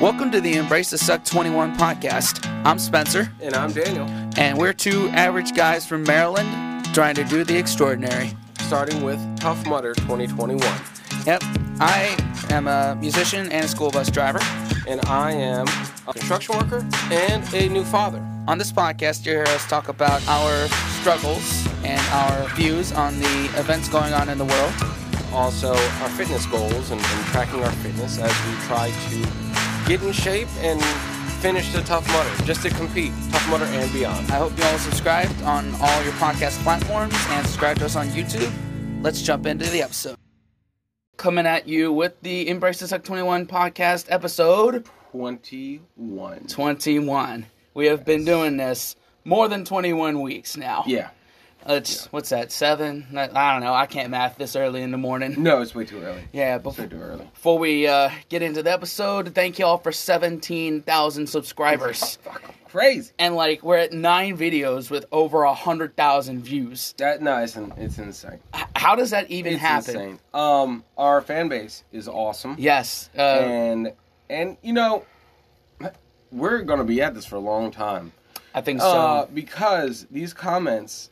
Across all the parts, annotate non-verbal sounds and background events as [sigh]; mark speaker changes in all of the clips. Speaker 1: Welcome to the Embrace the Suck 21 podcast. I'm Spencer,
Speaker 2: And I'm Daniel,
Speaker 1: and we're two average guys from Maryland trying to do the extraordinary.
Speaker 2: starting with Tough Mudder 2021.
Speaker 1: Yep, I am a musician and a school bus driver.
Speaker 2: And I am a construction worker and a new father.
Speaker 1: On this podcast, you hear us talk about our struggles and our views on the events going on in the world.
Speaker 2: Also, our fitness goals and, and tracking our fitness as we try to get in shape and finish the Tough Mudder, just to compete, Tough Mudder and beyond.
Speaker 1: I hope you all subscribed on all your podcast platforms and subscribe to us on YouTube. Let's jump into the episode. Coming at you with the Embrace the Suck 21 podcast episode
Speaker 2: 21.
Speaker 1: 21. We have been doing this more than 21 weeks now.
Speaker 2: Yeah.
Speaker 1: Let's, what's that, seven? I I don't know. I can't math this early in the morning.
Speaker 2: No, it's way too early.
Speaker 1: Yeah,
Speaker 2: It's way
Speaker 1: before,
Speaker 2: too early.
Speaker 1: before we uh, get into the episode, thank y'all for 17,000 subscribers.
Speaker 2: Fuck, I'm crazy.
Speaker 1: And like, we're at nine videos with over a 100,000 views.
Speaker 2: That, no, it's, in, it's insane.
Speaker 1: H- How does that even
Speaker 2: It's
Speaker 1: happen?
Speaker 2: insane. Um, our fan base is awesome.
Speaker 1: Yes. Uh,
Speaker 2: and and you know we're going to be at this for a long time
Speaker 1: I think so.
Speaker 2: uh, because these comments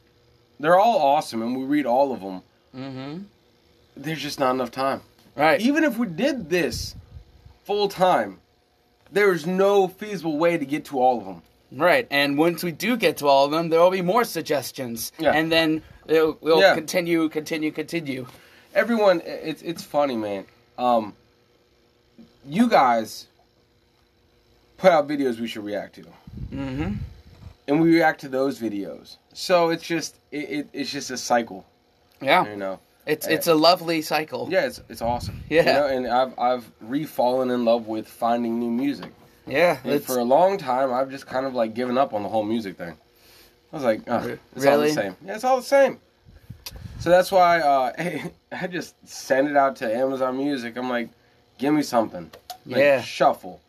Speaker 2: they're all awesome and we read all of them
Speaker 1: mm-hmm.
Speaker 2: there's just not enough time
Speaker 1: Right.
Speaker 2: even if we did this full time there's no feasible way to get to all of them
Speaker 1: Right, and once we do get to all of them, there will be more suggestions,
Speaker 2: Yeah.
Speaker 1: and then it'll, we'll
Speaker 2: Yeah.
Speaker 1: continue, continue, continue.
Speaker 2: everyone i- it's it's funny man um you guys put out videos we should react to
Speaker 1: Mm-hmm.
Speaker 2: and we react to those videos so it's just it, it it's just a cycle
Speaker 1: Yeah,
Speaker 2: you know
Speaker 1: it's it's a lovely cycle.
Speaker 2: Yeah, it's it's awesome.
Speaker 1: Yeah.
Speaker 2: you know, and I've I've re-fallen in love with finding new music.
Speaker 1: yeah.
Speaker 2: And
Speaker 1: it's-
Speaker 2: for a long time, I've just kind of like given up on the whole music thing. I was like,
Speaker 1: Re-
Speaker 2: oh, it's all
Speaker 1: really?
Speaker 2: the same. Yeah, it's all the same. So that's why uh, [laughs] I just send it out to Amazon Music. I'm like, give me something. Like,
Speaker 1: Yeah.
Speaker 2: shuffle.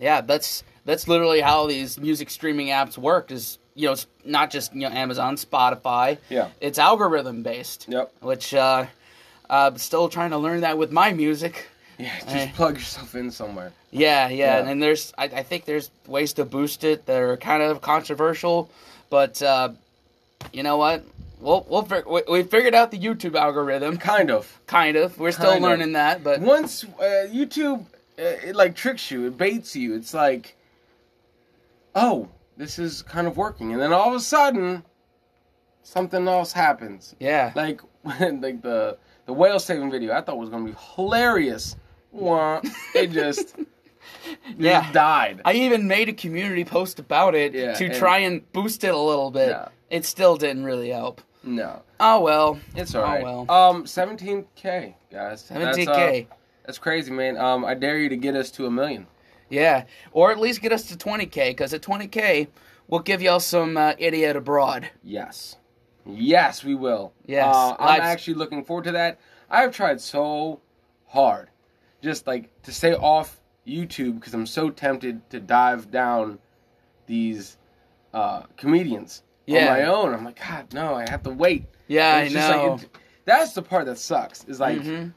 Speaker 1: yeah. That's that's literally how these music streaming apps work. Is you know, it's not just you know Amazon, Spotify.
Speaker 2: Yeah.
Speaker 1: It's algorithm based.
Speaker 2: Yep.
Speaker 1: Which uh, I'm still trying to learn that with my music.
Speaker 2: Yeah, [laughs] just
Speaker 1: Eh.
Speaker 2: plug yourself in somewhere.
Speaker 1: Yeah, yeah,
Speaker 2: Yeah.
Speaker 1: and there's I, I think there's ways to boost it that are kind of controversial, but uh, you know what? We'll, we'll fig- we, we figured out the YouTube algorithm,
Speaker 2: Kind of.
Speaker 1: kind of. We're still
Speaker 2: Kind of.
Speaker 1: learning that, but
Speaker 2: Once uh, YouTube, uh, it like tricks you, it baits you. It's like, oh, this is kind of working, and then all of a sudden, something else happens.
Speaker 1: yeah,
Speaker 2: Like, [laughs] when, like the the whale saving video, I thought was gonna be hilarious. Wah, it
Speaker 1: [laughs]
Speaker 2: just, it
Speaker 1: Yeah.
Speaker 2: just died.
Speaker 1: I even made a community post about it
Speaker 2: Yeah,
Speaker 1: to
Speaker 2: and-
Speaker 1: try and boost it a little bit.
Speaker 2: Yeah.
Speaker 1: It still didn't really help.
Speaker 2: no,
Speaker 1: Oh well,
Speaker 2: it's alright.
Speaker 1: well.
Speaker 2: Um, 17k guys. That's, uh,
Speaker 1: 17k.
Speaker 2: that's crazy, man. Um, I dare you to get us to a million.
Speaker 1: Yeah, or at least get us to 20k, because at 20k we'll give y'all some uh, idiot abroad.
Speaker 2: Yes. Yes, we will.
Speaker 1: Yes.
Speaker 2: Uh, I'm
Speaker 1: Lives-
Speaker 2: actually looking forward to that. I've tried so hard just like to stay off YouTube because I'm so tempted to dive down these uh, comedians
Speaker 1: Yeah.
Speaker 2: on my own. I'm like, God, no, I have to wait.
Speaker 1: Yeah,
Speaker 2: And it's
Speaker 1: I
Speaker 2: just like-
Speaker 1: know.
Speaker 2: it- that's the part that sucks is like
Speaker 1: Mhm.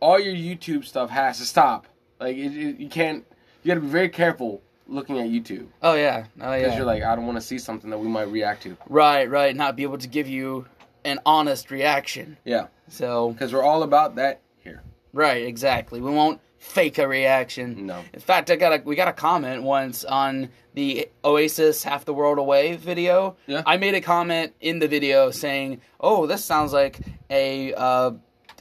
Speaker 2: all your YouTube stuff has to stop. Like, it, it, you can't, you gotta be very careful looking at YouTube
Speaker 1: Oh yeah, oh yeah.
Speaker 2: because you're like, I don't wanna see something that we might react to.
Speaker 1: Right, right. Not be able to give you an honest reaction.
Speaker 2: Yeah.
Speaker 1: So,
Speaker 2: Because we're all about that here.
Speaker 1: right, exactly. We won't fake a reaction.
Speaker 2: No.
Speaker 1: In fact, I got a, we got a comment once on the Oasis Half the World Away video.
Speaker 2: Yeah.
Speaker 1: I made a comment in the video saying, "Oh, this sounds like a uh,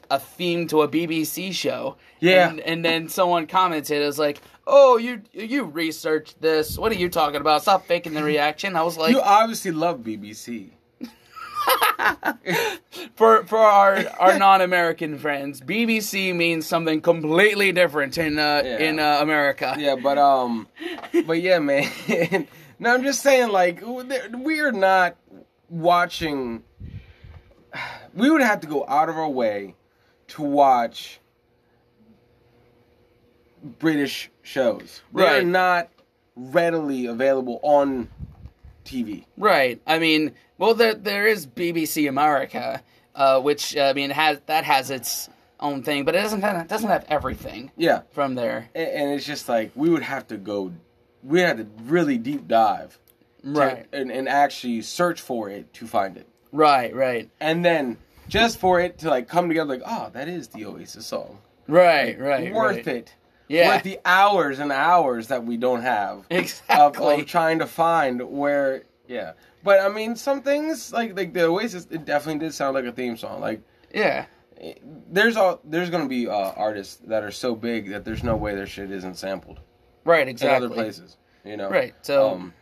Speaker 1: a theme to a BBC show."
Speaker 2: Yeah.
Speaker 1: And, and then someone commented, "It was like, oh, you you researched this? What are you talking about? Stop faking the reaction." I was like,
Speaker 2: you obviously love BBC.
Speaker 1: [laughs] for for our our non-American friends, BBC means something completely different in uh,
Speaker 2: Yeah.
Speaker 1: in uh, America.
Speaker 2: Yeah, but um, but yeah, man. [laughs] no, I'm just saying, like, we're not watching. [sighs] We would have to go out of our way to watch British shows. They're
Speaker 1: Right.
Speaker 2: not readily available on TV.
Speaker 1: Right. I mean, uh, well, there there is BBC America, uh, which I mean has that has its own thing, but it doesn't kind of doesn't have everything
Speaker 2: Yeah.
Speaker 1: from there.
Speaker 2: A- And it's just like we would have to go, we had to really deep dive, to-
Speaker 1: Right.
Speaker 2: and, and actually search for it to find it,
Speaker 1: Right, right,
Speaker 2: and then just for it to like come together, like oh, that is the Oasis song,
Speaker 1: right, right.
Speaker 2: worth
Speaker 1: right.
Speaker 2: it,
Speaker 1: Yeah. [laughs]
Speaker 2: worth the um, hours and hours that we don't have of,
Speaker 1: Exactly.
Speaker 2: of trying to find where yeah. But I mean, some things like like the Oasis, it definitely did sound like a theme song, like.
Speaker 1: yeah.
Speaker 2: there's all there's gonna be uh, artists that are so big that there's no way their shit isn't sampled
Speaker 1: Right,
Speaker 2: in
Speaker 1: exactly.
Speaker 2: other places. You know,
Speaker 1: Right, so-
Speaker 2: Um,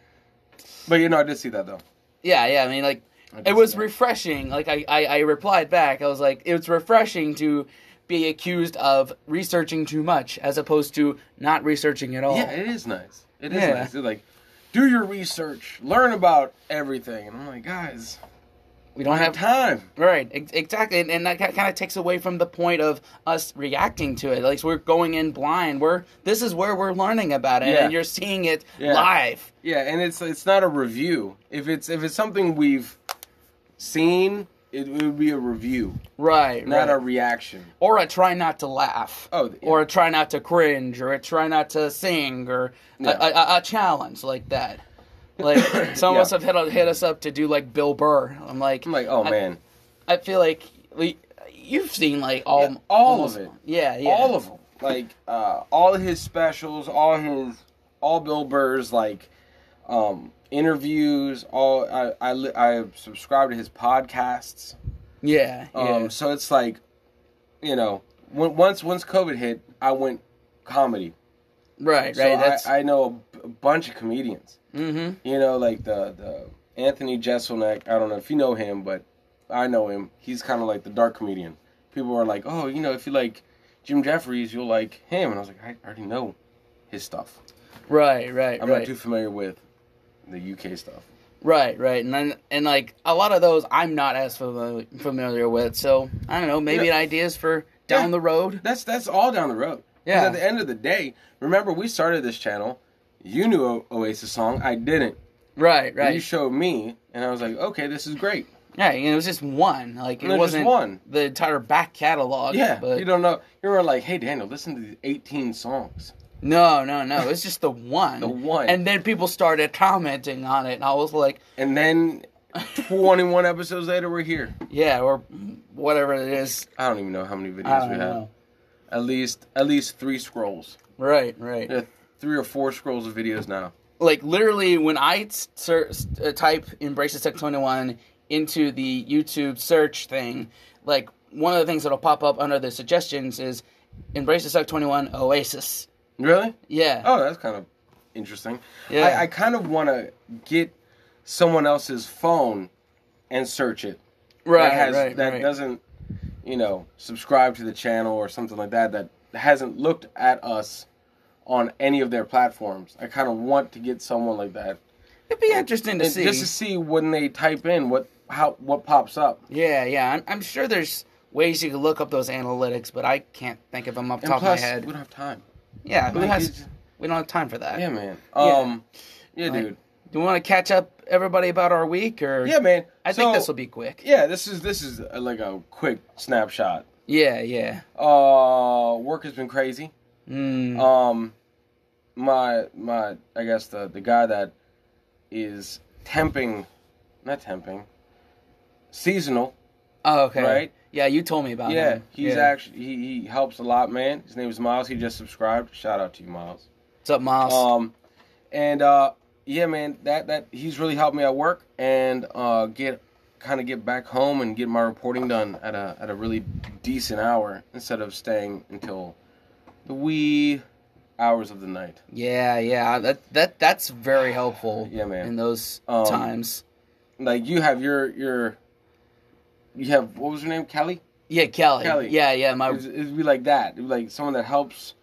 Speaker 2: but you know, I did see that though.
Speaker 1: Yeah, yeah. I mean, like,
Speaker 2: I did
Speaker 1: it was
Speaker 2: see that.
Speaker 1: refreshing. Like, I, I, I replied back. I was like, it was refreshing to be accused of researching too much as opposed to not researching at all.
Speaker 2: yeah, it is nice. It is
Speaker 1: Oh. Yeah.
Speaker 2: nice. It's like, do your research, learn about everything, and I'm like, guys,
Speaker 1: we don't have time.
Speaker 2: time.
Speaker 1: Right, ex- exactly, and, and that kind of takes away from the point of us reacting to it. Like so we're going in blind. We're this is where we're learning about it,
Speaker 2: Yeah.
Speaker 1: and you're seeing it
Speaker 2: Yeah.
Speaker 1: live.
Speaker 2: Yeah, and it's it's not a review. If it's if it's something we've seen, it, would be a review,
Speaker 1: Right,
Speaker 2: not
Speaker 1: right.
Speaker 2: a reaction.
Speaker 1: or a try not to laugh.
Speaker 2: Oh, yeah.
Speaker 1: or a try not to cringe, or a try not to sing, or a-
Speaker 2: Yeah.
Speaker 1: a, a, a challenge like that.
Speaker 2: [coughs]
Speaker 1: Like [coughs] some
Speaker 2: Yeah.
Speaker 1: of us have hit, hit us up to do like Bill Burr. I'm like,
Speaker 2: I'm like, oh
Speaker 1: I-
Speaker 2: man,
Speaker 1: I feel like we, you've seen like all
Speaker 2: Yeah, all of
Speaker 1: almost-
Speaker 2: it.
Speaker 1: Yeah, yeah,
Speaker 2: all of them. Like uh, all his specials, all his, all Bill Burr's like um, interviews. All I, I li- I subscribe to his podcasts.
Speaker 1: Yeah, yeah.
Speaker 2: Um, So it's like, you know, when, once once COVID hit, I went comedy.
Speaker 1: right, right.
Speaker 2: So
Speaker 1: that's
Speaker 2: I, I know a b- a bunch of comedians.
Speaker 1: mm-hmm.
Speaker 2: You know, like the the Anthony Jeselnik. I don't know if you know him, but I know him. He's kind of like the dark comedian. People are like, oh, you know, if you like Jim Jeffries, you'll like him. And I was like, I already know his stuff.
Speaker 1: Right, right,
Speaker 2: I'm
Speaker 1: right.
Speaker 2: not too familiar with the UK stuff.
Speaker 1: Right, right, and then and like a lot of those I'm not as familiar, familiar with, so I don't know. Maybe
Speaker 2: Yeah.
Speaker 1: ideas for down
Speaker 2: Yeah.
Speaker 1: the road.
Speaker 2: That's that's all down the road. 'Cause
Speaker 1: Yeah.
Speaker 2: At the end of the day, remember we started this channel. You knew O- Oasis song. I didn't.
Speaker 1: Right, right.
Speaker 2: You showed me, and I was like, okay, this is great.
Speaker 1: yeah, and it was just one. Like it
Speaker 2: No, just
Speaker 1: wasn't
Speaker 2: one.
Speaker 1: the entire back catalog.
Speaker 2: Yeah.
Speaker 1: but
Speaker 2: you don't know. You were like, hey, Daniel, listen to these 18 songs.
Speaker 1: no, no, no. It was just the one.
Speaker 2: The one.
Speaker 1: And then people started commenting on it, and I was like,
Speaker 2: And then 21 episodes later, we're here.
Speaker 1: yeah, or whatever it is.
Speaker 2: I don't even know how many videos
Speaker 1: I don't
Speaker 2: we have.
Speaker 1: know.
Speaker 2: At least, at least three scrolls.
Speaker 1: Right, right.
Speaker 2: Yeah, three or four scrolls of videos now.
Speaker 1: like literally when I ser- uh, type "embraces tech 21 into the YouTube search thing, like one of the things that'll pop up under the suggestions is "embraces tech 21 Oasis.
Speaker 2: Really?
Speaker 1: Yeah.
Speaker 2: Oh, that's kind of interesting.
Speaker 1: Yeah.
Speaker 2: I, I kind of want to get someone else's phone and search it.
Speaker 1: right,
Speaker 2: that has,
Speaker 1: right,
Speaker 2: that
Speaker 1: right.
Speaker 2: doesn't, you know, subscribe to the channel or something like that. That hasn't looked at us on any of their platforms. I kind of want to get someone like that
Speaker 1: It'd be interesting to
Speaker 2: And
Speaker 1: see.
Speaker 2: just to see when they type in what how what pops up.
Speaker 1: yeah, yeah. I'm, I'm sure there's ways you can look up those analytics, but I can't think of them off the
Speaker 2: And
Speaker 1: top
Speaker 2: plus,
Speaker 1: of my head.
Speaker 2: we don't have time.
Speaker 1: yeah, who
Speaker 2: like,
Speaker 1: has-
Speaker 2: it's-
Speaker 1: we don't have time for that.
Speaker 2: Yeah, man. Um, yeah,
Speaker 1: Like,
Speaker 2: dude.
Speaker 1: Do you want to catch up everybody about our week or?
Speaker 2: Yeah, man.
Speaker 1: I
Speaker 2: So,
Speaker 1: think this will be quick.
Speaker 2: Yeah, this is this is uh, like a quick snapshot.
Speaker 1: Yeah, yeah.
Speaker 2: Uh, work has been crazy.
Speaker 1: Mm,
Speaker 2: Um, my my I guess the the guy that is temping, not temping, seasonal.
Speaker 1: Oh, okay.
Speaker 2: Right?
Speaker 1: Yeah, you told me about
Speaker 2: Yeah,
Speaker 1: him.
Speaker 2: he's actually he, he helps a lot, man. His name is Miles. He just subscribed. Shout out to you, Miles.
Speaker 1: What's up, Miles?
Speaker 2: Um, and uh, yeah, man, that that he's really helped me at work and uh, get kind of get back home and get my reporting done at a at a really decent hour instead of staying until the wee hours of the night.
Speaker 1: yeah, yeah. That that that's very helpful.
Speaker 2: Yeah, man.
Speaker 1: In those
Speaker 2: Um,
Speaker 1: times.
Speaker 2: Like you have your your you have what was her name, Kelly?
Speaker 1: Yeah, Kelly.
Speaker 2: Kelly.
Speaker 1: Yeah, yeah. My
Speaker 2: It'd, it'd be like that, it'd be like someone that helps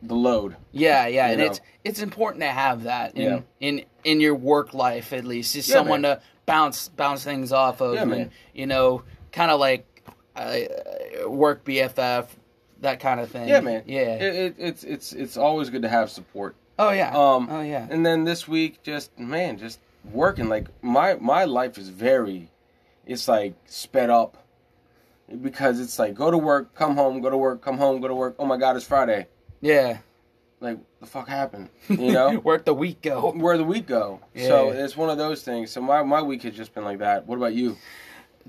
Speaker 2: the load.
Speaker 1: yeah, yeah.
Speaker 2: you
Speaker 1: And
Speaker 2: know.
Speaker 1: it's it's important to have that in
Speaker 2: Yeah.
Speaker 1: in in your work life at least. Just
Speaker 2: Yeah,
Speaker 1: someone
Speaker 2: man.
Speaker 1: to bounce bounce things off of.
Speaker 2: Yeah,
Speaker 1: and,
Speaker 2: man.
Speaker 1: You know, kind of like uh, work BFF, that kind of thing.
Speaker 2: Yeah, man.
Speaker 1: Yeah.
Speaker 2: it, it, it's it's it's always good to have support.
Speaker 1: oh yeah.
Speaker 2: Um,
Speaker 1: oh yeah.
Speaker 2: And then this week, just man, just working. Like my my life is very, it's like sped up. because it's like go to work, come home, go to work, come home, go to work. Oh my God, it's Friday.
Speaker 1: Yeah.
Speaker 2: Like the fuck happened,
Speaker 1: [laughs]
Speaker 2: you know?
Speaker 1: Work the week go.
Speaker 2: Oh, Where the week go? so
Speaker 1: Yeah.
Speaker 2: it's one of those things. So my my week has just been like that. What about you?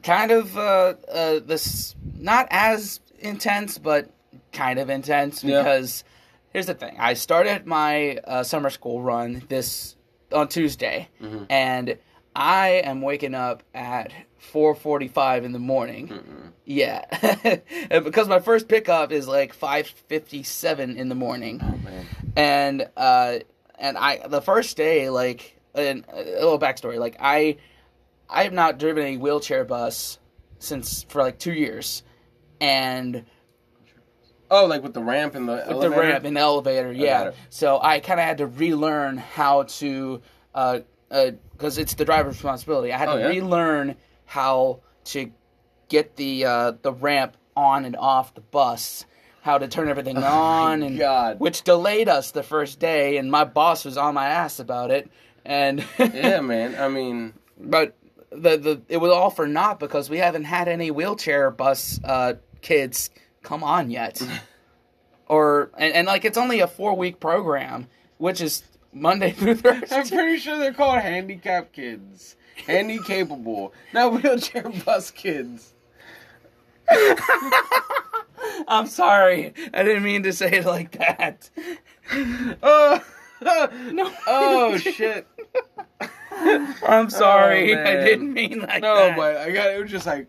Speaker 1: Kind of uh, uh, this not as intense, but kind of intense
Speaker 2: Yeah.
Speaker 1: because here's the thing. I started my uh, summer school run this on Tuesday, and I am waking up at 4:45 in the morning. Yeah, [laughs] and because my first pickup is like 5:57 in the morning.
Speaker 2: Oh, man.
Speaker 1: and uh and i the first day like and a little backstory like i i have not driven a wheelchair bus since for like two years and
Speaker 2: Oh, like with the ramp and the
Speaker 1: the
Speaker 2: elevator?
Speaker 1: ramp and the elevator yeah
Speaker 2: it.
Speaker 1: so i kind of had to relearn how to uh because it's the driver's responsibility i had
Speaker 2: Oh,
Speaker 1: to
Speaker 2: yeah?
Speaker 1: relearn how to get the uh the ramp on and off the bus how to turn
Speaker 2: [laughs]
Speaker 1: everything on and
Speaker 2: Oh God.
Speaker 1: which delayed us the first day and my boss was on my ass about it and [laughs]
Speaker 2: Yeah, man. I mean,
Speaker 1: but the the it was all for naught because we haven't had any wheelchair bus uh kids come on
Speaker 2: [laughs]
Speaker 1: yet or and, and like it's only a four week program which is monday [laughs] through
Speaker 2: [laughs] I'm [laughs]
Speaker 1: thursday
Speaker 2: pretty sure they're called handicap kids, handicapable, not wheelchair bus kids. [laughs]
Speaker 1: i'm sorry i didn't mean to say it like that
Speaker 2: Oh, [laughs]
Speaker 1: No.
Speaker 2: oh [laughs] shit.
Speaker 1: i'm sorry
Speaker 2: Oh,
Speaker 1: i
Speaker 2: man.
Speaker 1: didn't mean like
Speaker 2: No,
Speaker 1: that
Speaker 2: but I got it was just like.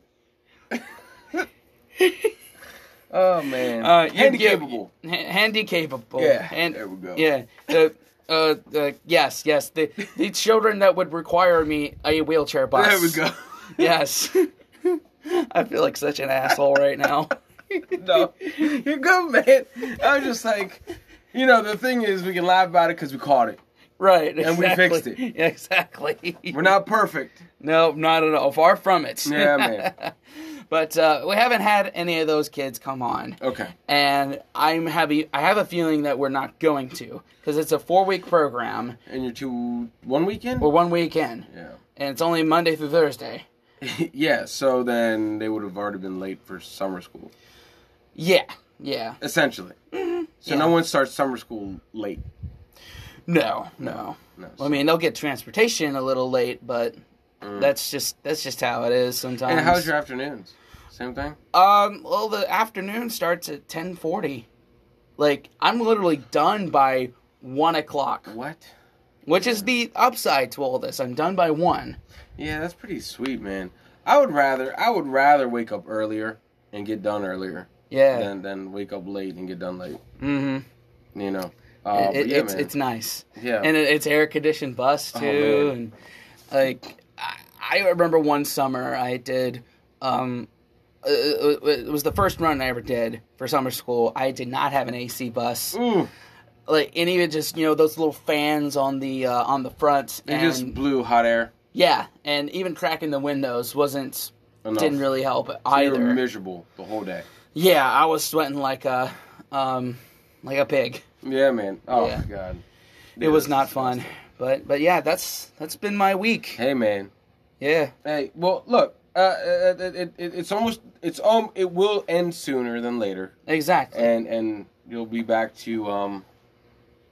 Speaker 2: [laughs] oh man,
Speaker 1: uh, you
Speaker 2: handicapable.
Speaker 1: Give, ha- handy capable.
Speaker 2: Yeah,
Speaker 1: Hand-
Speaker 2: there we go.
Speaker 1: Yeah. Uh, uh, uh, yes, yes. The the children that would require me a wheelchair bus.
Speaker 2: There [laughs] we go.
Speaker 1: Yes. I feel like such an asshole right now. [laughs]
Speaker 2: no, you go, man. I was just like, you know, the thing is, we can laugh about it because we caught it.
Speaker 1: Right.
Speaker 2: we
Speaker 1: exactly.
Speaker 2: fixed it.
Speaker 1: Yeah, exactly.
Speaker 2: We're not perfect.
Speaker 1: No, not at all. Far from it.
Speaker 2: Yeah, man.
Speaker 1: [laughs] But uh, we haven't had any of those kids come on.
Speaker 2: Okay.
Speaker 1: And I'm happy. I have a feeling that we're not going to because it's a four week program
Speaker 2: And you're two one weekend.
Speaker 1: or one weekend.
Speaker 2: yeah. [laughs]
Speaker 1: and it's only Monday through Thursday.
Speaker 2: yeah. So then they would have already been late for summer school,
Speaker 1: Yeah, yeah.
Speaker 2: essentially. So
Speaker 1: Yeah.
Speaker 2: no one starts summer school late.
Speaker 1: No, no.
Speaker 2: No.
Speaker 1: I mean, they'll get transportation a little late, but that's just that's just how it is sometimes.
Speaker 2: Mm. and how's your afternoons? Same thing.
Speaker 1: um? Well, the afternoon starts at ten forty. Like I'm literally done by one o'clock,
Speaker 2: What?
Speaker 1: which is the upside to all this. I'm done by one.
Speaker 2: Yeah, that's pretty sweet, man. I would rather I would rather wake up earlier and get done earlier
Speaker 1: Yeah.
Speaker 2: than than wake up late and get done late.
Speaker 1: Mm-hmm.
Speaker 2: You know. Uh, but
Speaker 1: it,
Speaker 2: yeah,
Speaker 1: it's
Speaker 2: man.
Speaker 1: it's nice.
Speaker 2: yeah. Oh,
Speaker 1: and it, it's air conditioned bus too,
Speaker 2: man.
Speaker 1: and like I, I remember one summer I did, um, uh, it, it was the first run I ever did for summer school. I did not have an AC bus,
Speaker 2: Ooh,
Speaker 1: like and even just you know those little fans on the uh, on the front,
Speaker 2: it
Speaker 1: and
Speaker 2: just blew hot air.
Speaker 1: yeah, and even cracking the windows wasn't
Speaker 2: Enough.
Speaker 1: didn't really help
Speaker 2: You were
Speaker 1: either.
Speaker 2: miserable the whole day.
Speaker 1: yeah, I was sweating like a, um, like a pig.
Speaker 2: Yeah, man. Oh
Speaker 1: Yeah.
Speaker 2: my god.
Speaker 1: it was
Speaker 2: that's
Speaker 1: not fun, but but yeah, that's that's been my week.
Speaker 2: Hey, man.
Speaker 1: Yeah.
Speaker 2: Hey, well, look, uh, uh, it, it, it, it's almost, it's um, it will end sooner than later,
Speaker 1: Exactly.
Speaker 2: and and you'll be back to um,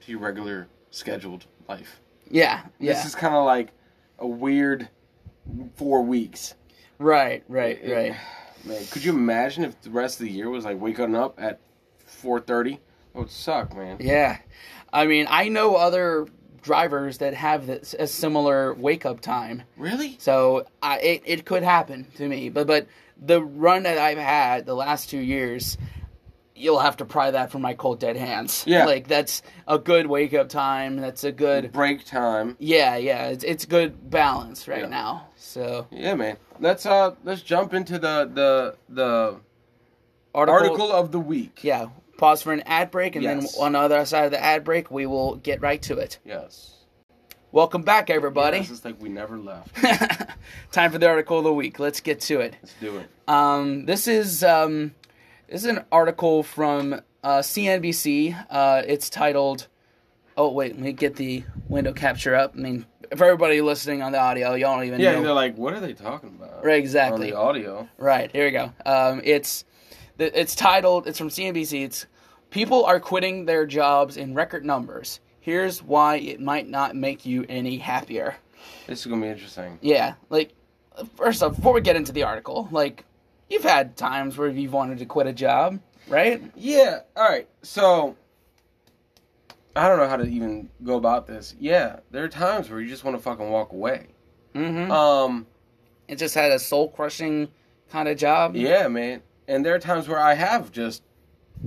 Speaker 2: to your regular scheduled life.
Speaker 1: Yeah, yeah.
Speaker 2: This is kind of like a weird four weeks,
Speaker 1: right, right,
Speaker 2: It-
Speaker 1: right.
Speaker 2: man. Could you imagine if the rest of the year was like waking up at four thirty? That would suck, man.
Speaker 1: Yeah. I mean, I know other drivers that have this, a similar wake up time.
Speaker 2: Really?
Speaker 1: So I, it, it could happen to me. But but the run that I've had the last two years, you'll have to pry that from my cold dead hands.
Speaker 2: Yeah.
Speaker 1: Like that's a good wake up time. That's a good
Speaker 2: Break time.
Speaker 1: yeah yeah. It's it's good balance right
Speaker 2: Yeah.
Speaker 1: now. So
Speaker 2: Yeah, man. Let's uh, let's jump into the the the
Speaker 1: article,
Speaker 2: article of the week.
Speaker 1: yeah. Pause for an ad break, and
Speaker 2: Yes.
Speaker 1: then on the other side of the ad break, we will get right to it.
Speaker 2: Yes.
Speaker 1: Welcome back, everybody.
Speaker 2: It's just like we never left.
Speaker 1: [laughs] Time for the article of the week. Let's get to it.
Speaker 2: Let's do it.
Speaker 1: Um, this is um, this is an article from uh, CNBC. Uh, it's titled. Oh wait, let me get the window capture up. I mean, for everybody listening on the audio, y'all don't even
Speaker 2: Yeah,
Speaker 1: know.
Speaker 2: they're like, what are they talking about?
Speaker 1: Right,
Speaker 2: on
Speaker 1: exactly.
Speaker 2: the audio.
Speaker 1: Right, here we go. Um, it's th- it's titled. It's from CNBC. It's people are quitting their jobs in record numbers. Here's why it might not make you any happier.
Speaker 2: This is gonna be interesting.
Speaker 1: Yeah, like first off, before we get into the article, like you've had times where you've wanted to quit a job, right?
Speaker 2: Yeah. All right. So I don't know how to even go about this. Yeah, there are times where you just want to fucking walk away.
Speaker 1: Mm-hmm.
Speaker 2: Um.
Speaker 1: It just had a soul crushing kind of job.
Speaker 2: Yeah, man. And there are times where I have just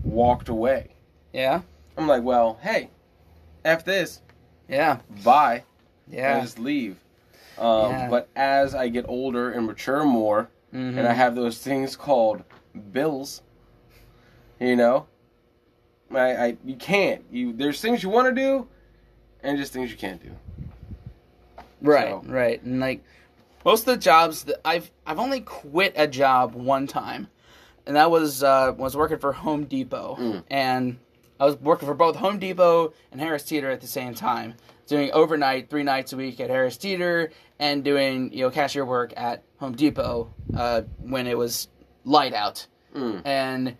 Speaker 2: walked away.
Speaker 1: Yeah.
Speaker 2: I'm like, well, hey, f this,
Speaker 1: Yeah.
Speaker 2: bye, and
Speaker 1: Yeah.
Speaker 2: just leave. Um,
Speaker 1: Yeah.
Speaker 2: But as I get older and mature more,
Speaker 1: Mhm.
Speaker 2: and I have those things called bills. You know, I, I you can't. You there's things you want to do, and just things you can't do.
Speaker 1: Right,
Speaker 2: So-
Speaker 1: right, and like most of the jobs that I've I've only quit a job one time, and that was uh, was working for Home Depot, and I was working for both Home Depot and Harris Teeter at the same time, doing overnight three nights a week at Harris Teeter and doing you know cashier work at Home Depot uh, when it was light out, and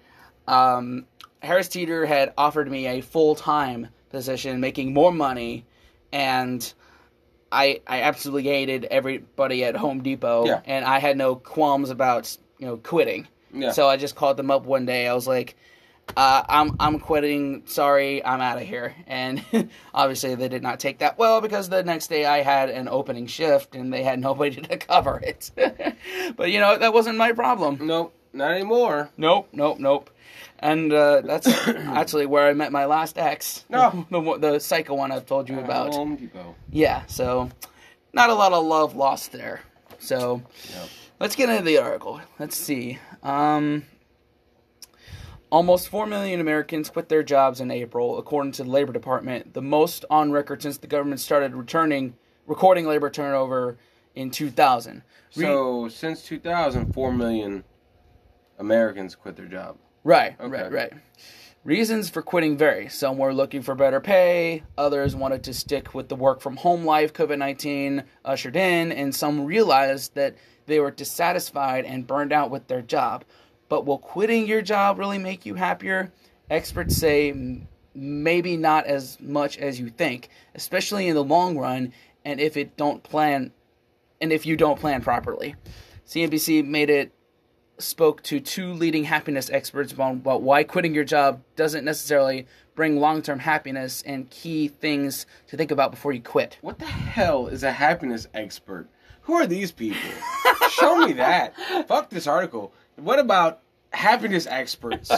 Speaker 1: um, Harris Teeter had offered me a full time position, making more money, and I I absolutely hated everybody at Home Depot,
Speaker 2: Yeah.
Speaker 1: and I had no qualms about you know quitting.
Speaker 2: Yeah.
Speaker 1: So I just called them up one day. I was like, uh, "I'm I'm quitting. Sorry, I'm out of here." And [laughs] obviously they did not take that well because the next day I had an opening shift and they had [laughs] nobody to cover it. [laughs] but you know that wasn't my problem.
Speaker 2: Nope, not anymore.
Speaker 1: Nope, nope, nope. And uh, that's actually where I met my last ex.
Speaker 2: No.
Speaker 1: [laughs]
Speaker 2: Oh.
Speaker 1: the, the, the psycho one I've told you about.
Speaker 2: Home Depot.
Speaker 1: Yeah, so not a lot of love lost there. So
Speaker 2: Yep.
Speaker 1: let's get into the article. Let's see. Um, almost 4 million Americans quit their jobs in April, according to the Labor Department, the most on record since the government started returning recording labor turnover in 2000. Re-
Speaker 2: So since 2000, four million Americans quit their job.
Speaker 1: Right,
Speaker 2: Okay.
Speaker 1: right, right. Reasons for quitting vary. Some were looking for better pay, others wanted to stick with the work from home life COVID 19 ushered in, and some realized that they were dissatisfied and burned out with their job. But will quitting your job really make you happier? Experts say m- maybe not as much as you think, especially in the long run, and if it don't plan and if you don't plan properly. CNBC made it spoke to two leading happiness experts about, about why quitting your job doesn't necessarily bring long-term happiness and key things to think about before you quit.
Speaker 2: What the hell is a happiness expert? Who are these people? Show me that. Fuck this article. What about happiness experts?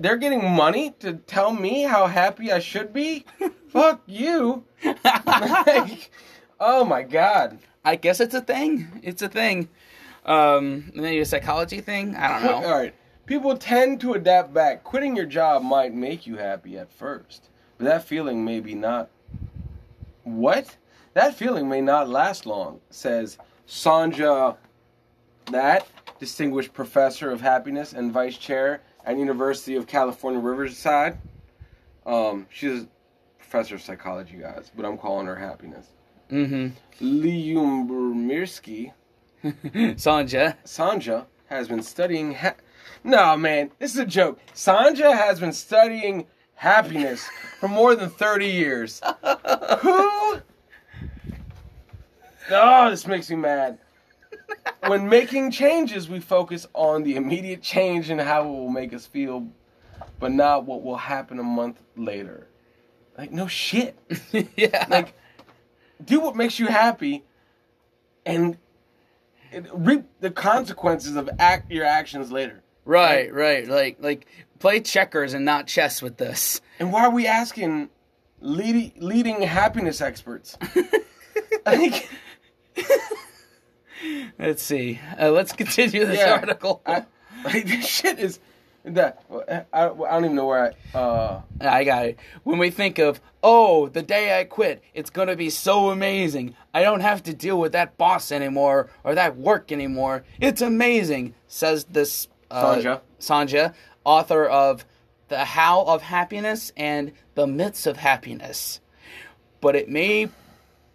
Speaker 2: They're getting money to tell me how happy I should be? Fuck you. [laughs] Like, oh my god.
Speaker 1: I guess it's a thing. It's a thing. Um, maybe a psychology thing. I don't know.
Speaker 2: [laughs] All right. People tend to adapt back. Quitting your job might make you happy at first, but that feeling may be not. What? That feeling may not last long, says Sanja That, distinguished professor of happiness and vice chair at University of California Riverside. Um, she's a professor of psychology, guys, but I'm calling her happiness.
Speaker 1: Mm-hmm.
Speaker 2: Lium Burmirsky,
Speaker 1: [laughs] Sanja.
Speaker 2: Sanja has been studying. Ha- no, man, this is a joke. Sanja has been studying happiness for more than 30 years. Who? Oh, this makes me mad. When making changes, we focus on the immediate change and how it will make us feel, but not what will happen a month later. Like, no shit.
Speaker 1: yeah.
Speaker 2: Like, do what makes you happy, and and reap the consequences of act your actions later.
Speaker 1: right, right. Like like play checkers and not chess with this.
Speaker 2: And why are we asking leading leading
Speaker 1: [laughs]
Speaker 2: happiness experts? like,
Speaker 1: Let's see. Uh, let's continue this
Speaker 2: yeah,
Speaker 1: article.
Speaker 2: I, like this shit is that I, I don't even know where I. Uh,
Speaker 1: I got it. When we think of, oh, the day I quit, it's going to be so amazing. I don't have to deal with that boss anymore or that work anymore. It's amazing, says this uh,
Speaker 2: Sanja.
Speaker 1: Sanja, author of The How of Happiness and The Myths of Happiness. But it may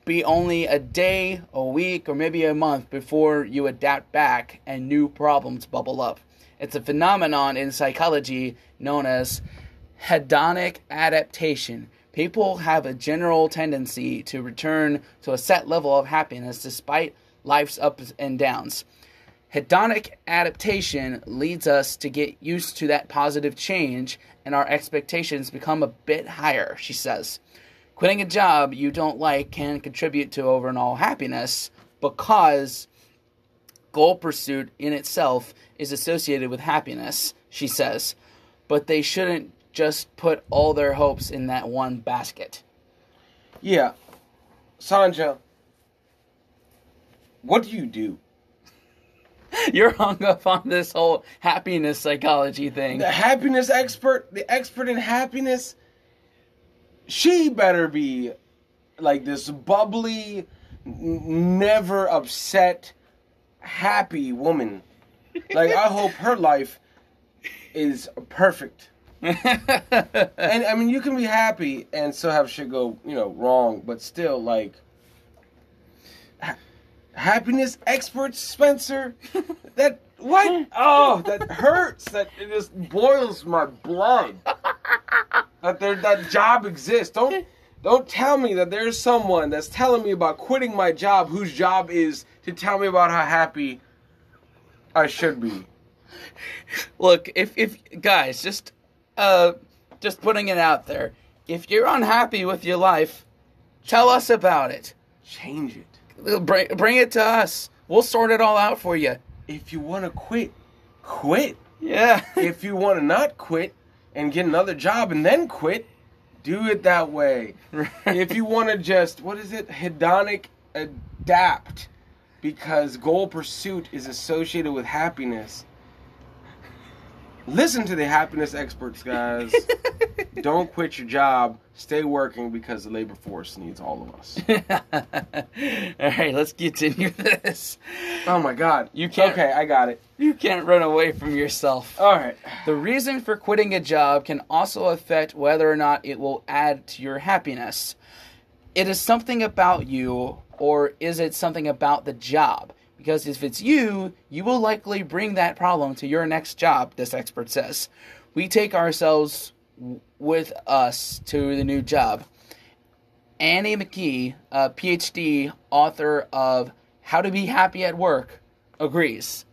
Speaker 1: be only a day, a week, or maybe a month before you adapt back and new problems bubble up. It's a phenomenon in psychology known as hedonic adaptation. People have a general tendency to return to a set level of happiness despite life's ups and downs. Hedonic adaptation leads us to get used to that positive change and our expectations become a bit higher, she says. Quitting a job you don't like can contribute to overall happiness because goal pursuit in itself is associated with happiness, she says. But they shouldn't just put all their hopes in that one basket. [laughs]
Speaker 2: Yeah. Sanja, what do you do?
Speaker 1: You're hung up on this whole happiness psychology
Speaker 2: [laughs]
Speaker 1: thing. [laughs]
Speaker 2: The happiness expert, the expert in happiness, she better be like this bubbly, n- never upset, happy woman. Like, I hope her life is perfect. and I mean, you can be happy and still have shit go, you know, wrong, but still, like, ha- happiness expert Spencer, that what? Oh, that hurts. That it just boils my blood. That there, that job exists. Don't, don't tell me that there's someone that's telling me about quitting my job, whose job is to tell me about how happy I should be.
Speaker 1: Look, if if guys, just uh, just putting it out there. If you're unhappy with your life, tell us about it.
Speaker 2: Change it.
Speaker 1: Bring bring it to us. We'll sort it all out for you.
Speaker 2: If you want to quit, quit.
Speaker 1: Yeah.
Speaker 2: if you want to not quit and get another job and then quit, do it that way. if you want to just, what is it, hedonic adapt because goal pursuit is associated with happiness. Listen to the happiness experts, [laughs] guys. Don't quit your job. Stay working because the labor force needs all of us.
Speaker 1: [laughs] all right, let's continue [laughs] this.
Speaker 2: Oh my God.
Speaker 1: You can't-
Speaker 2: Okay, I got it.
Speaker 1: You can't run away from yourself.
Speaker 2: All right.
Speaker 1: The reason for quitting a job can also affect whether or not it will add to your happiness. It is something about you, or is it something about the job? Because if it's you, you will likely bring that problem to your next job, this expert says. We take ourselves w- with us to the new job. Annie McKee, a PhD author of How to Be Happy at Work, agrees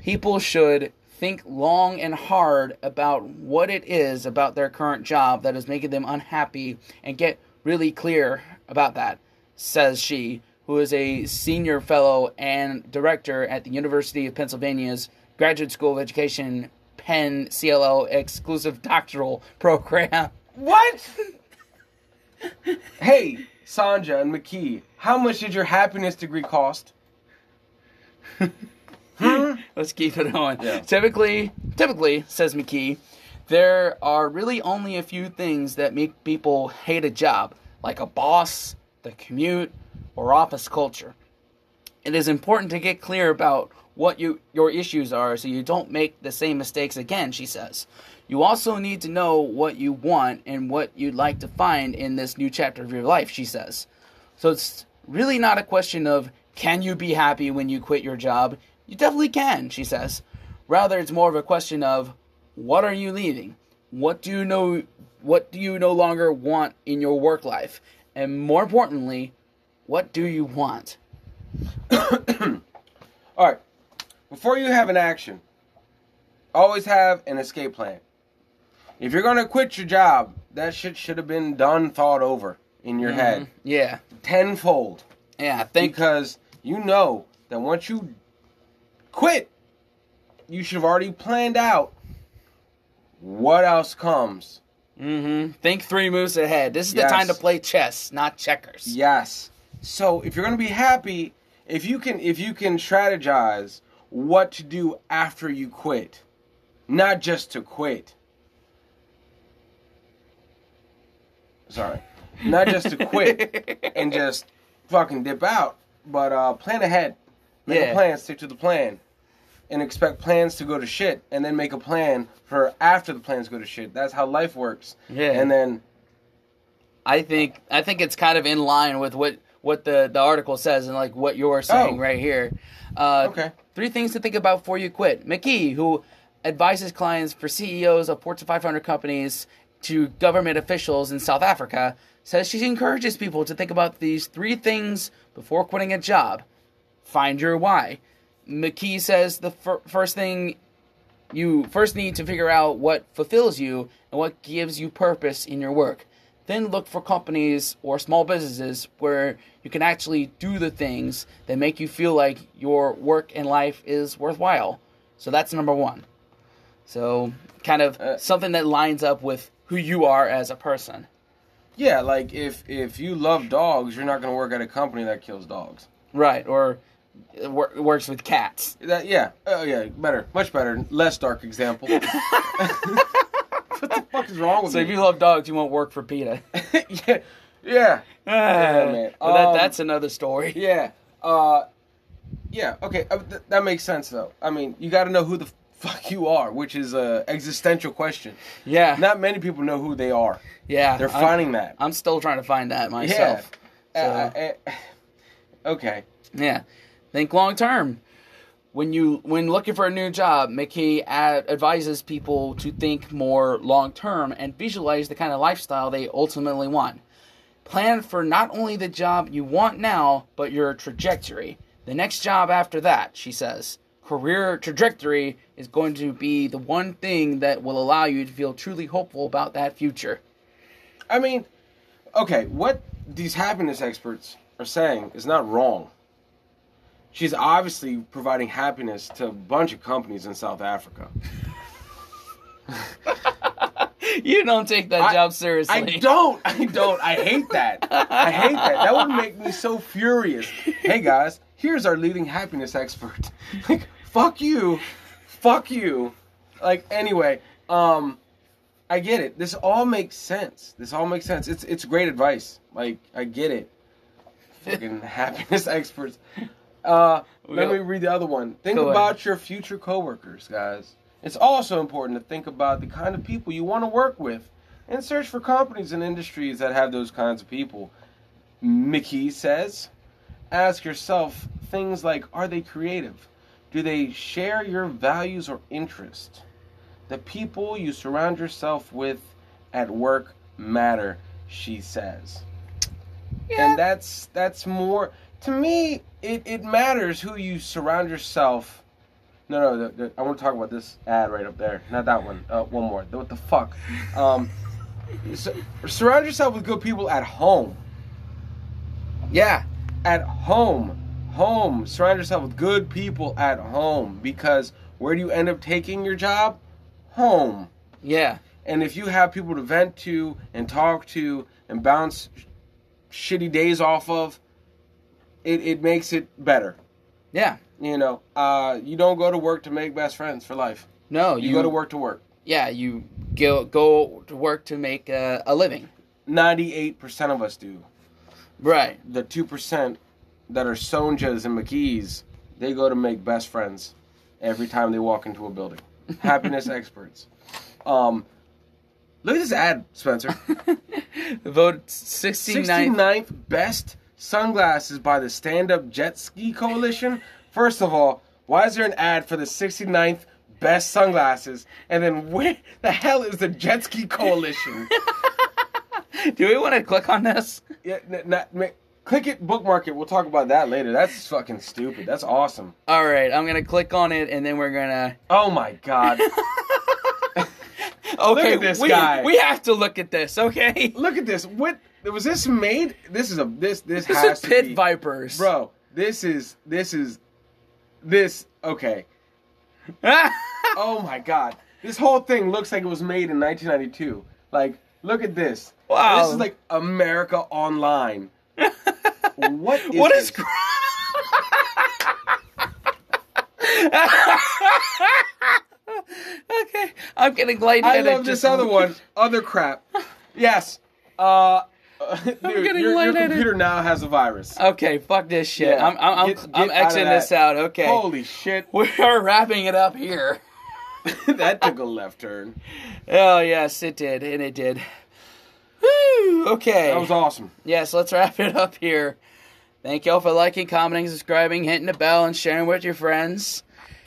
Speaker 1: people should think long and hard about what it is about their current job that is making them unhappy and get really clear about that, says she, who is a senior fellow and director at the University of Pennsylvania's Graduate School of Education Penn CLO exclusive doctoral program.
Speaker 2: What? [laughs] hey, Sanja and McKee, how much did your happiness degree cost?
Speaker 1: Let's keep it on.
Speaker 2: Yeah.
Speaker 1: Typically, typically says McKee, there are really only a few things that make people hate a job, like a boss, the commute, or office culture. It is important to get clear about what you, your issues are so you don't make the same mistakes again, she says. You also need to know what you want and what you'd like to find in this new chapter of your life, she says. So it's really not a question of can you be happy when you quit your job? You definitely can, she says. Rather, it's more of a question of what are you leaving? What do you know what do you no longer want in your work life? And more importantly, what do you want?
Speaker 2: All right, before you have an action, always have an escape plan. If you're gonna quit your job, that shit should have been done, thought over in your head
Speaker 1: Yeah.
Speaker 2: tenfold.
Speaker 1: Yeah, I think
Speaker 2: because you know that once you quit, you should have already planned out what else comes.
Speaker 1: mhm. Think 3 moves ahead. This is
Speaker 2: Yes.
Speaker 1: the time to play chess, not checkers.
Speaker 2: Yes. So if you're gonna be happy, if you can if you can strategize what to do after you quit, not just to quit. Sorry, not just to quit
Speaker 1: [laughs]
Speaker 2: and just fucking dip out, but uh, plan ahead, make
Speaker 1: Yeah.
Speaker 2: a plan, stick to the plan, and expect plans to go to shit, and then make a plan for after the plans go to shit. That's how life works.
Speaker 1: Yeah.
Speaker 2: And then
Speaker 1: I think I think it's kind of in line with what what the the article says and like what you're saying
Speaker 2: Oh.
Speaker 1: right here. Uh,
Speaker 2: Okay.
Speaker 1: Three things to think about before you quit. McKee, who advises clients for CEOs of Fortune 500 companies to government officials in South Africa, says she encourages people to think about these three things before quitting a job. Find your why. McKee says the fir- first thing you first need to figure out what fulfills you and what gives you purpose in your work. Then look for companies or small businesses where you can actually do the things that make you feel like your work and life is worthwhile. So that's number one. So, kind of
Speaker 2: Uh,
Speaker 1: something that lines up with who you are as a person.
Speaker 2: Yeah, like if if you love dogs, you're not gonna work at a company that kills dogs.
Speaker 1: Right. Or it wor- works with cats.
Speaker 2: That yeah, oh yeah, better, much better, less
Speaker 1: [laughs]
Speaker 2: dark example. what the fuck is wrong with
Speaker 1: So, if
Speaker 2: me?
Speaker 1: you love dogs, you won't work for PETA.
Speaker 2: [laughs] yeah, yeah, man.
Speaker 1: [laughs] But that,
Speaker 2: Um,
Speaker 1: that's another story. [laughs]
Speaker 2: yeah, uh, yeah. Okay, uh, th- that makes sense though. I mean, you got to know who the fuck you are, which is a existential question.
Speaker 1: Yeah.
Speaker 2: Not many people know who they are.
Speaker 1: yeah.
Speaker 2: They're
Speaker 1: I'm-
Speaker 2: finding that.
Speaker 1: I'm still trying to find that myself.
Speaker 2: Yeah.
Speaker 1: So-
Speaker 2: Uh, [sighs] uh, okay.
Speaker 1: Yeah. Think long term. When you when looking for a new job, McKee ad- advises people to think more long term and visualize the kind of lifestyle they ultimately want. Plan for not only the job you want now, but your trajectory. The next job after that, she says. Career trajectory is going to be the one thing that will allow you to feel truly hopeful about that future. [laughs]
Speaker 2: I mean, okay, what these happiness experts are saying is not wrong. She's obviously providing happiness to a bunch of companies in South Africa.
Speaker 1: You don't take that
Speaker 2: I-
Speaker 1: job seriously.
Speaker 2: I don't. I don't. I hate that. I hate that. That would make me so furious. Hey guys, here's our leading happiness expert. [laughs] Like, fuck you. Fuck you. Like anyway, um I get it. This all makes sense. This all makes sense. It's it's great advice. Like I get it. Fucking [laughs] happiness experts. Uh let me read the other one. Think
Speaker 1: Go ahead.
Speaker 2: about your future coworkers, guys. It's also important to think about the kind of people you want to work with and search for companies and industries that have those kinds of people. Mickey says, ask yourself things like are they creative? Do they share your values or interests? The people you surround yourself with at work matter, she says. And that's that's more to me it, it matters who you surround yourself no, no, the, the, I want to talk about this ad right up there. Not that one. Uh, one more. What the fuck? Um, sur- surround yourself with good people at home. Yeah, at home. Home. Surround yourself with good people at home because where do you end up taking your job? Home.
Speaker 1: yeah.
Speaker 2: And if you have people to vent to and talk to and bounce sh- shitty days off of, it, it makes it better.
Speaker 1: Yeah.
Speaker 2: You know, uh, you don't go to work to make best friends for life.
Speaker 1: No,
Speaker 2: You, go to work to work.
Speaker 1: yeah, you go go to work to make a, a living.
Speaker 2: Ninety-eight percent of us do. [laughs]
Speaker 1: Right.
Speaker 2: The two percent that are Sonjas and McKees, they go to make best friends every time they walk into a building. Happiness experts. Um, look at this ad, Spencer.
Speaker 1: Vote 69th.
Speaker 2: 69th best sunglasses by the Stand Up Jet Ski Coalition. First of all, why is there an ad for the 69th best sunglasses? And then where the hell is the Jet
Speaker 1: [laughs]
Speaker 2: Ski Coalition?
Speaker 1: Do we want to click on this?
Speaker 2: yeah, n- not, ma- click it, bookmark it. We'll talk about that later. That's fucking stupid. That's awesome.
Speaker 1: All right, I'm going to click on it and then we're going to
Speaker 2: Oh my
Speaker 1: [laughs]
Speaker 2: god.
Speaker 1: Okay,
Speaker 2: at this
Speaker 1: we,
Speaker 2: guy.
Speaker 1: we have to look at this, okay?
Speaker 2: Look at this. What was this made? This is a this this,
Speaker 1: This
Speaker 2: has
Speaker 1: is [laughs]
Speaker 2: to
Speaker 1: pit
Speaker 2: be
Speaker 1: vipers. [laughs]
Speaker 2: bro. This is this is this okay. Oh my god. This whole thing looks like it was made in 1992. Like, look at this.
Speaker 1: Wow.
Speaker 2: This is like America
Speaker 1: [laughs]
Speaker 2: Online. what is
Speaker 1: what is
Speaker 2: this?
Speaker 1: cr- [laughs] Okay, I'm getting lightheaded.
Speaker 2: I love
Speaker 1: just-
Speaker 2: this other one.
Speaker 1: [laughs]
Speaker 2: Other crap. Yes. Uh dude,
Speaker 1: getting
Speaker 2: your, your
Speaker 1: lightheaded.
Speaker 2: computer now has a virus.
Speaker 1: Okay, fuck this shit.
Speaker 2: Yeah.
Speaker 1: I'm I'm
Speaker 2: Get-
Speaker 1: I'm,
Speaker 2: get out
Speaker 1: I'm
Speaker 2: of
Speaker 1: Xing
Speaker 2: that.
Speaker 1: this out. Okay.
Speaker 2: Holy shit.
Speaker 1: [laughs]
Speaker 2: [laughs]
Speaker 1: We are wrapping it up here.
Speaker 2: that took a left turn.
Speaker 1: Oh yes, it did, and it did. Whew, okay.
Speaker 2: That was awesome.
Speaker 1: Yes, let's wrap it up here. Thank y'all for liking, commenting, subscribing, hitting the bell, and sharing with your friends.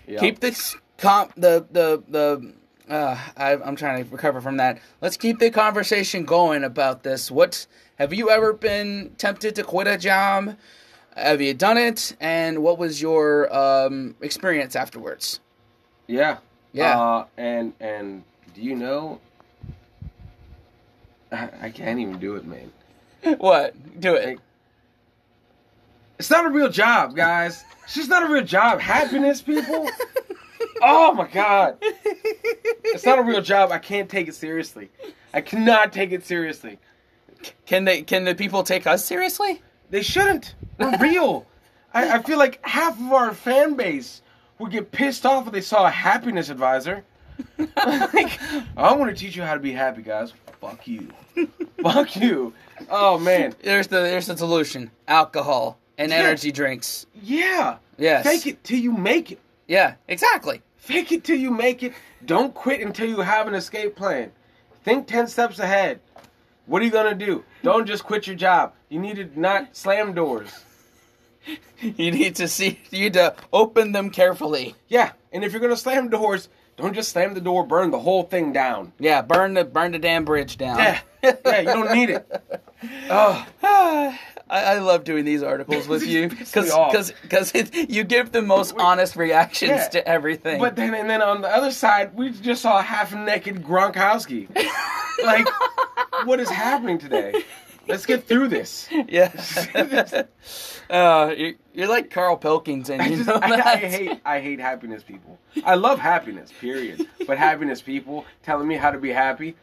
Speaker 2: Yeah.
Speaker 1: Keep the s- com the the the. Uh, I, I'm trying to recover from that. Let's keep the conversation going about this. What have you ever been tempted to quit a job? Have you done it? And what was your um, experience afterwards?
Speaker 2: Yeah.
Speaker 1: Yeah.
Speaker 2: Uh, and and do you know? [laughs] I, I can't even do it, man.
Speaker 1: [laughs] What? Do it.
Speaker 2: Like- It's not a real job, guys. It's just not a real job. Happiness, people. oh my god. It's not a real job. I can't take it seriously. I cannot take it seriously.
Speaker 1: Can they? Can the people take us seriously? [laughs]
Speaker 2: They shouldn't. We're real. I, I feel like half of our fan base would get pissed off if they saw a happiness advisor. like, I want to teach you how to be happy, guys. Fuck you. Fuck you. Oh man.
Speaker 1: There's the there's the solution. Alcohol and
Speaker 2: Yeah.
Speaker 1: energy drinks.
Speaker 2: Yeah.
Speaker 1: Yes.
Speaker 2: Fake it till you make it.
Speaker 1: Yeah. Exactly.
Speaker 2: Fake it till you make it. Don't quit until you have an escape plan. Think 10 steps ahead. What are you going to do? Don't just quit your job. You need to not slam doors.
Speaker 1: You need to see. You need to open them carefully.
Speaker 2: Yeah, and if you're going to slam doors, don't just slam the door, burn the whole thing down.
Speaker 1: Yeah. Burn the burn the damn bridge down.
Speaker 2: Yeah, yeah you don't need it. Oh,
Speaker 1: [sighs] I, I love doing these articles
Speaker 2: [laughs]
Speaker 1: with you
Speaker 2: Piss me
Speaker 1: because
Speaker 2: off.
Speaker 1: because it, you give the most honest reactions
Speaker 2: Yeah.
Speaker 1: to everything.
Speaker 2: but then and then on the other side, we just saw half-naked Gronkowski. Like, what is happening today? Let's get through this.
Speaker 1: yeah.
Speaker 2: [laughs]
Speaker 1: [laughs] uh, you're, you're like Carl Pilkington.
Speaker 2: I,
Speaker 1: you
Speaker 2: just,
Speaker 1: know
Speaker 2: I, I
Speaker 1: that?
Speaker 2: hate I hate happiness people. I love happiness, period. But happiness people telling me how to be happy,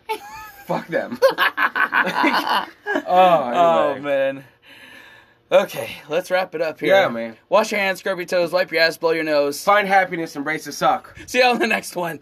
Speaker 2: fuck them. [laughs] oh,
Speaker 1: Oh
Speaker 2: anyway.
Speaker 1: man. Okay, let's wrap it up here.
Speaker 2: Yeah, man.
Speaker 1: Wash your hands, scrub your toes, wipe your ass, blow your nose.
Speaker 2: Find happiness, embrace the suck.
Speaker 1: See you on the next one.